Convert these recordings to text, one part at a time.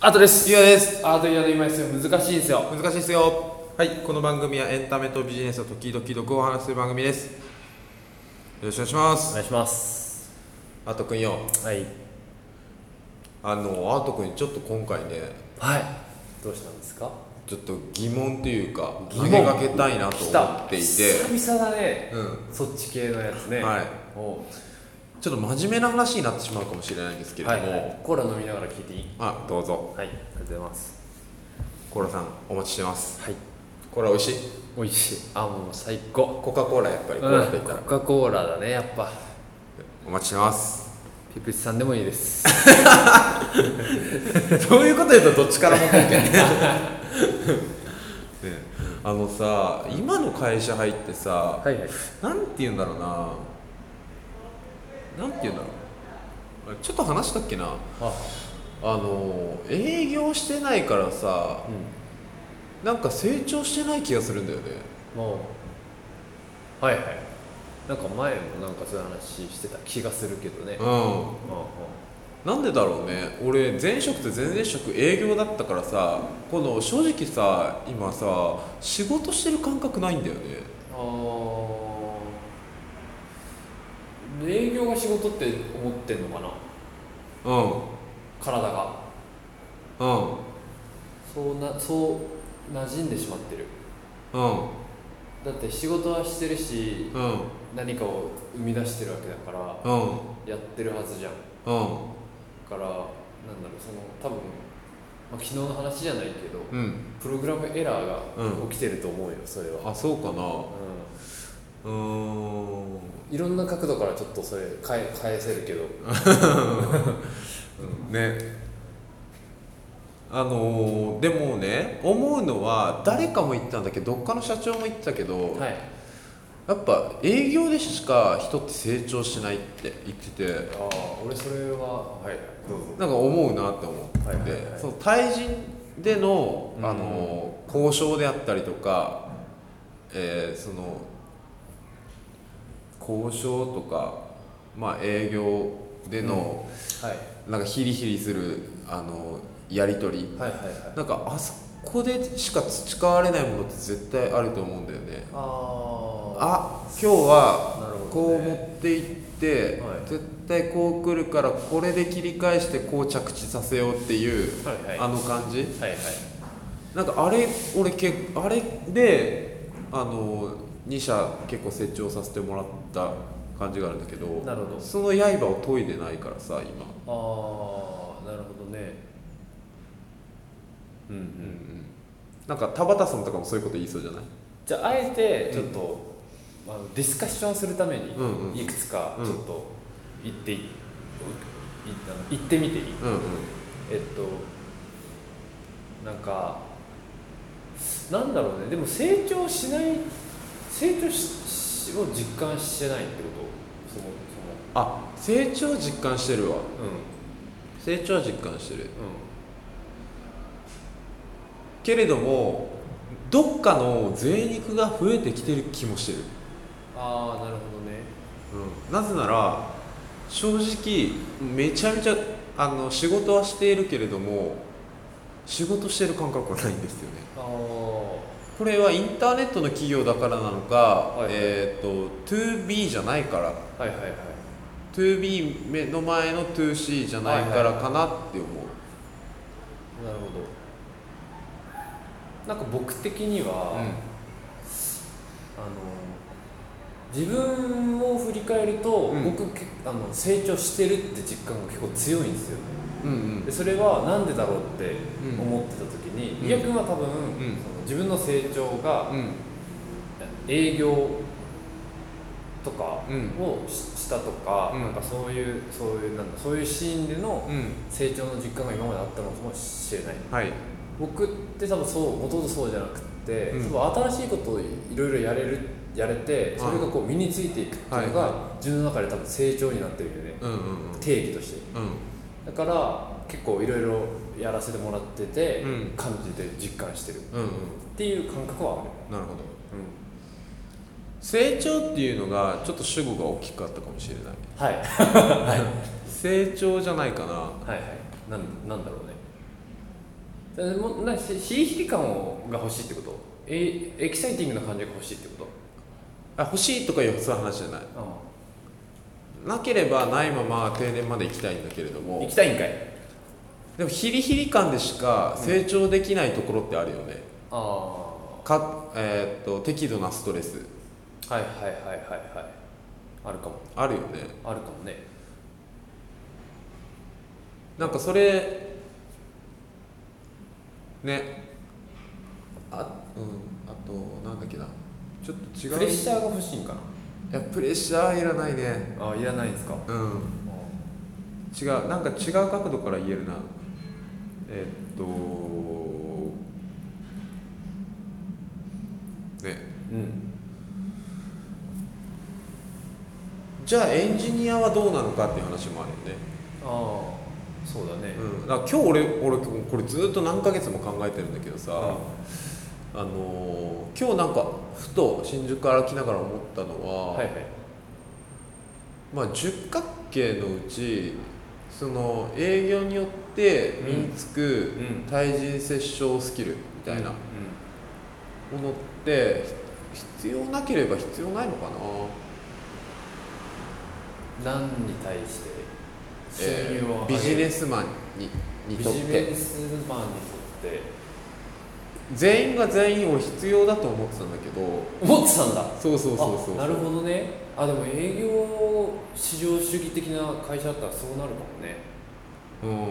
アートですゆうやですアートやの今ですよ難しいんですよ難しいですよはいこの番組はエンタメとビジネスを時々どこを話する番組ですよろしくお願いしまおす願いしますあとくんよはいあのあとくんにちょっと今回ねはいどうしたんですかちょっと疑問というか疑投問げかけたいなと来思たっていて久々だねうんそっち系のやつねはいおうちょっと真面目な話になってしまうかもしれないんですけれはどいも、はいコーラ飲みながら聞いていいあどうぞはいありがとうございますコーラさんお待ちしてますはいコーラ美味しい美味しいあもう最高コカ・コーラやっぱりコーラと言ったらコカ・コーラだねやっぱお待ちしてますピプチさんでもいいですそういうこと言う とどっちからもってねあのさ今の会社入ってさ、はいはいなんて言うんだろうななんて言うんだろうあれちょっと話したっけなああの営業してないからさうんなんか成長してない気がするんだよねもうはいはいなんか前もなんかそういう話してた気がするけどねううんうんんなんでだろうね俺前職と前々職営業だったからさこの正直さ今さ仕事してる感覚ないんだよねあー営業が仕事って思ってんのかなうん体がうんそうなそう馴染んでしまってるうんだって仕事はしてるしうん何かを生み出してるわけだからうんやってるはずじゃんうんからなんだろうその多分、まあ、昨日の話じゃないけどうんプログラムエラーうが起きてると思うよそれは、あそうかなううーんん、いろんな角度からちょっとそれ変え返せるけどねあのーでもね思うのは誰かも言ったんだけどどっかの社長も言ってたけど、はいやっぱ営業でしか人って成長しないって言っててああ俺それははいどうぞなんか思うなって思って、はいはいはいその対人での、うんあのー交渉であったりとか、えーその交渉とか、まあ、営業での、はいなんかヒリヒリするあのやり取りはいはいはいなんかあそこでしか培われないものって絶対あると思うんだよねああ今日はなるほどねこう持っていって、はい絶対こう来るからこれで切り返してこう着地させようっていう、はいはいあの感じはいはいなんかあれ俺けあれであの2社結構成長させてもらった感じがあるんだけどなるほどその刃を研いでないからさ今ああなるほどねうんううんんなんか田畑さんとかもそういうこと言いそうじゃないじゃああえてちょっと、あのディスカッションするためにうんうんいくつかうんちょっと言ってい、いあの言ってみていいうんうんえっとなんかなんだろうねでも成長しない成長ししを実感してないってことそのあ成長実感してるわそのうん成長は実感してるうけれどもどっかの贅肉が増えてきてる気もしてる、んああなるほどねうん、なぜなら正直めちゃめちゃあの仕事はしているけれども仕事してる感覚はないんですよねああこれはインターネットの企業だからなのか、いはいえっ、と 2B じゃないからはいはいはい 2B の前の 2C じゃないからかなって思う、なるほどなんか僕的には、あの自分を振り返ると、うん僕けあの成長してるって実感が結構強いんですよねうんうんでそれはなんでだろうって思ってた時うにん伊谷、君は多分、んその自分の成長がうんうん営業とかうんをししたとか,、うんなんかそういうそういうなんだそういうシーンでのうん成長の実感が今まであったのかもしれないはい僕って多分そうもともとそうじゃなくて、うん多分新しいことをいろいろやれるやれてそれがこう身についていくっていうのはいが自分の中で多分成長になってるよね、うんうん定義としてうだから結構いろいろやらせてもらってて、うん感じて実感してるっんうんうんていう感覚はあなるほどる、成長っていうのがちょっと主語が大きかったかもしれないはい成長じゃないかなはいはいなんなんだろうねそれもなし刺激感をが欲しいってことえエキサイティングな感じが欲しいってことあ欲しいとかいうそういう話じゃないあなければないまま定年まで行きたいんだけれど行もきたいんかいでもヒリヒリ感でしか成長できないところってあるよね、ああかえーっと適度なストレスはいはいはいはいはいあるかもあるよねあるかもねなんかそれねあうんあとなんだっけなちょっと違うプレッシャーが欲しいんかいやプレッシャーいらないねなあいらないんですかうん違うなんか違う角度から言えるなえっとねうんじゃあエンジニアはどうなのかっていう話もあるよね、ああそうだねうん、だから今日俺俺これずっと何ヶ月も考えてるんだけどさ、あのー今日なんかふと新宿から来ながら思ったのは、はいはいまあ、十角形のうちその営業によって身につくうん対人接触スキルみたいなものってひ必要なければ必要ないのかなうん何に対して収え入をービジスネスマンににビとっジネてスマンにとって全員が全員を必要だと思ってたんだけど思ってたんだそうそうそうそうあなるほどねあでも営業市場主義的な会社だったらそうなるかもねうん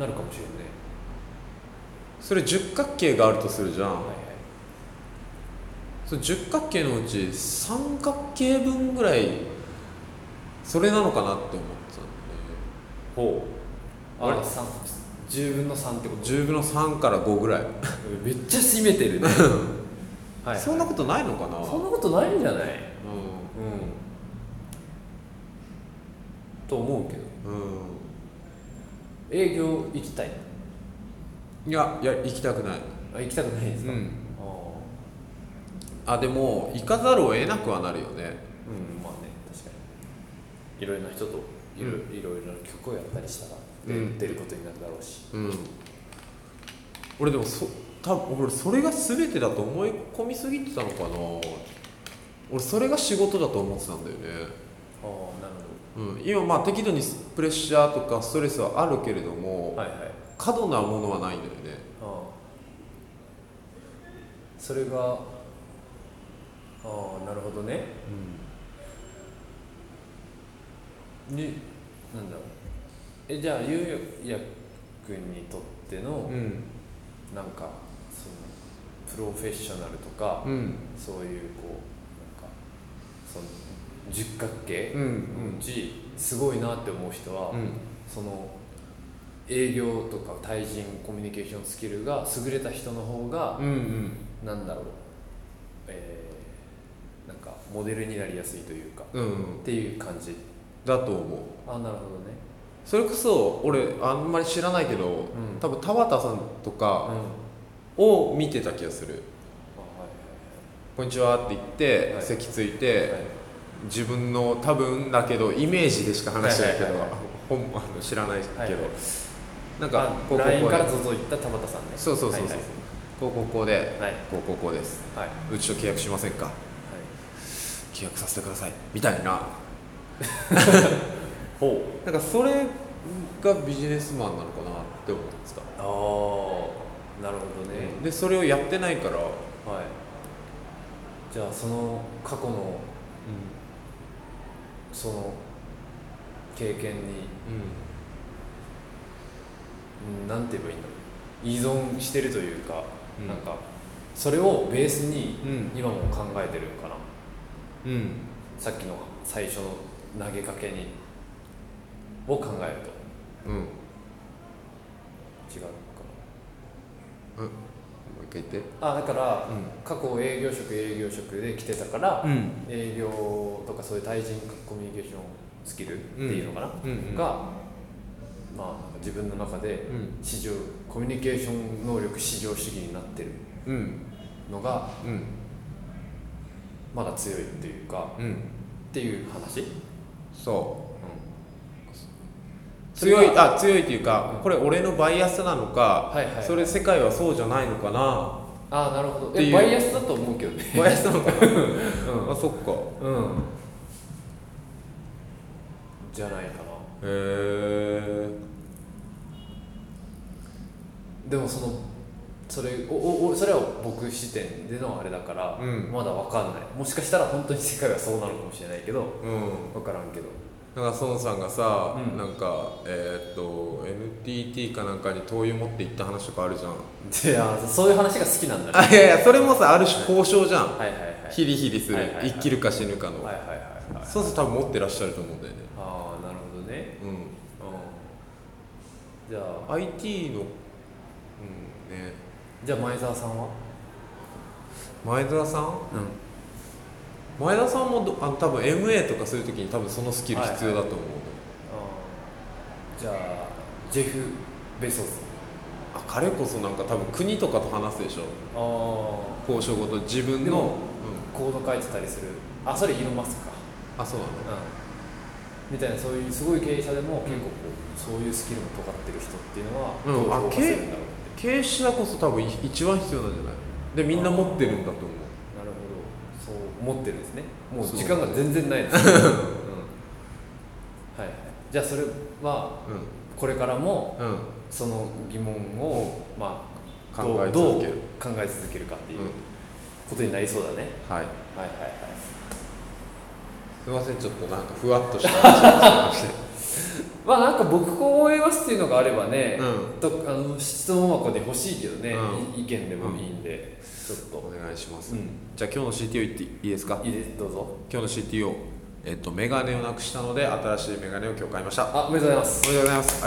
なるかもしれないそれ十角形があるとするじゃん、はいはいその十角形のうち三角形分ぐらいそれなのかなって思ってたんでほうあれあ三10分の3ってこと10分の3から5ぐらい、うんめっちゃ締めて るねはいそんなことないのかなそんなことないんじゃないうんと思うけどうん、営業行きたいうん、いやいや行きたくないあ行きたくないですうか、んあああでも行かざるを得なくはなるよねうんまあね確かにいろいろな人といろ,、いろいろな曲をやったりしたら、うん出ることになるだろうしうん俺でもそ多分俺それが全てだと思い込みすぎてたのかな俺それが仕事だと思ってたんだよねああなるうん、今まあ適度にプレッシャーとかストレスはあるけれども、はいはい過度なものはないんだよねああそれがああなるほどねになんだろうえじゃあゆうやくんにとっての、うんなんかそのプロフェッショナルとか、うんそういうこうなんかその十角形うんのうち、すごいなって思う人は、うんその営業とか対人コミュニケーションスキルが優れた人の方がうん、うんなんだろう、えーなんかモデルになりやすいというか、うんっていう感じだと思うあなるほどねそれこそ俺あんまり知らないけど、ん多分田畑さんとうんかあはを見てた気がするい「こんにちは」って言って、はい席ついはて、いはい自分の多分だけどイメージでしか話してないけど、はいはいはい本あの知らないけど、はいはいなんあかこうこうこう LINE から届いた田畑さんねそうそうそうそう、はいこうこうこうではいこうこうこうですはい、はいうちと契約しませんか契約させてくださいみたいな ほうなんかそれがビジネスマンなのかなって思ってた、ああなるほどね、でそれをやってないから、はいじゃあその過去のその経験に、うん、なんて言えばいいんだろう依存してるというか、うんなんかそれをベースにうん今も考えてるんかな、うんうんさっきの最初の投げかけにを考えるうんもと違うのかう一回言ってなあだから、うん過去営業職営業職で来てたから、ん営業とかそういう対人コミュニケーションスキルっていうのかな、うんうんが、まあ、なんか自分の中でうん市場コミュニケーション能力至上主義になってるうんのがうんまだ強いっていうかうんっていう話、うん、そう強いあ強いというかこれ俺のバイアスなのか、はいはいそれ世界はそうじゃないのかなああなるほっどていえうバイアスだと思うけどねバイアスなのかな、うんあそっか へうんじゃないかなえでもそのそれおおおそれは僕視点でのあれだから、うんまだわかんないもしかしたら本当に世界はそうなのかもしれないけどうんわからんけどなんか孫さんがさ、うんなんかえーっと NTT かなんかに灯油持って行った話とかあるじゃんいやそういう話が好きなんだあねいやい やそれもさある種交渉じゃん、はいはいはいヒリヒリする、はいはいはい生きるか死ぬかの、はいはいはいはいそうすると多分持ってらっしゃると思うんだよねああなるほどねううんじゃあん IT のうんねじゃあ前澤さんは前澤さんうん前田さんもどあの多分 MA とかするときに多分そのスキル必要だと思う、じゃあジェフ・ベソスあ彼こそなんか多分国とかと話すでしょああ交渉ごと自分での、うんも、コード書いてたりするあそれイーロン・マスクかあそうなのうんみたいなそういうすごい経営者でも結構こうそういうスキルも尖ってる人っていうのはうんどう評価あするんだろうって、経営者こそ多分い一番必要なんじゃないでみんな持ってるんだと思うなるほどそう思ってるんですねもうそう時間が全然ないで す、うん、はいはいじゃあそれはこれからもうん、うん、その疑問を、まあ、考えどう続けるどう考え続けるかっていううんことになりそうだね、ははいいはいはいすいませんちょっとなんかふわっとした話を してまましあなんか僕こう思いますっていうのがあればね、うとあの質問箱で欲しいけどね、うい意見でもいいんで、ちたょっお願いします、うんじゃあ今日の CTO 言っていいですかといいですどうぞ今日の CTO えっとメガネをなくしたので新しいメガネを今日買いましたああおめでとうございますりがとうございますありがとうございます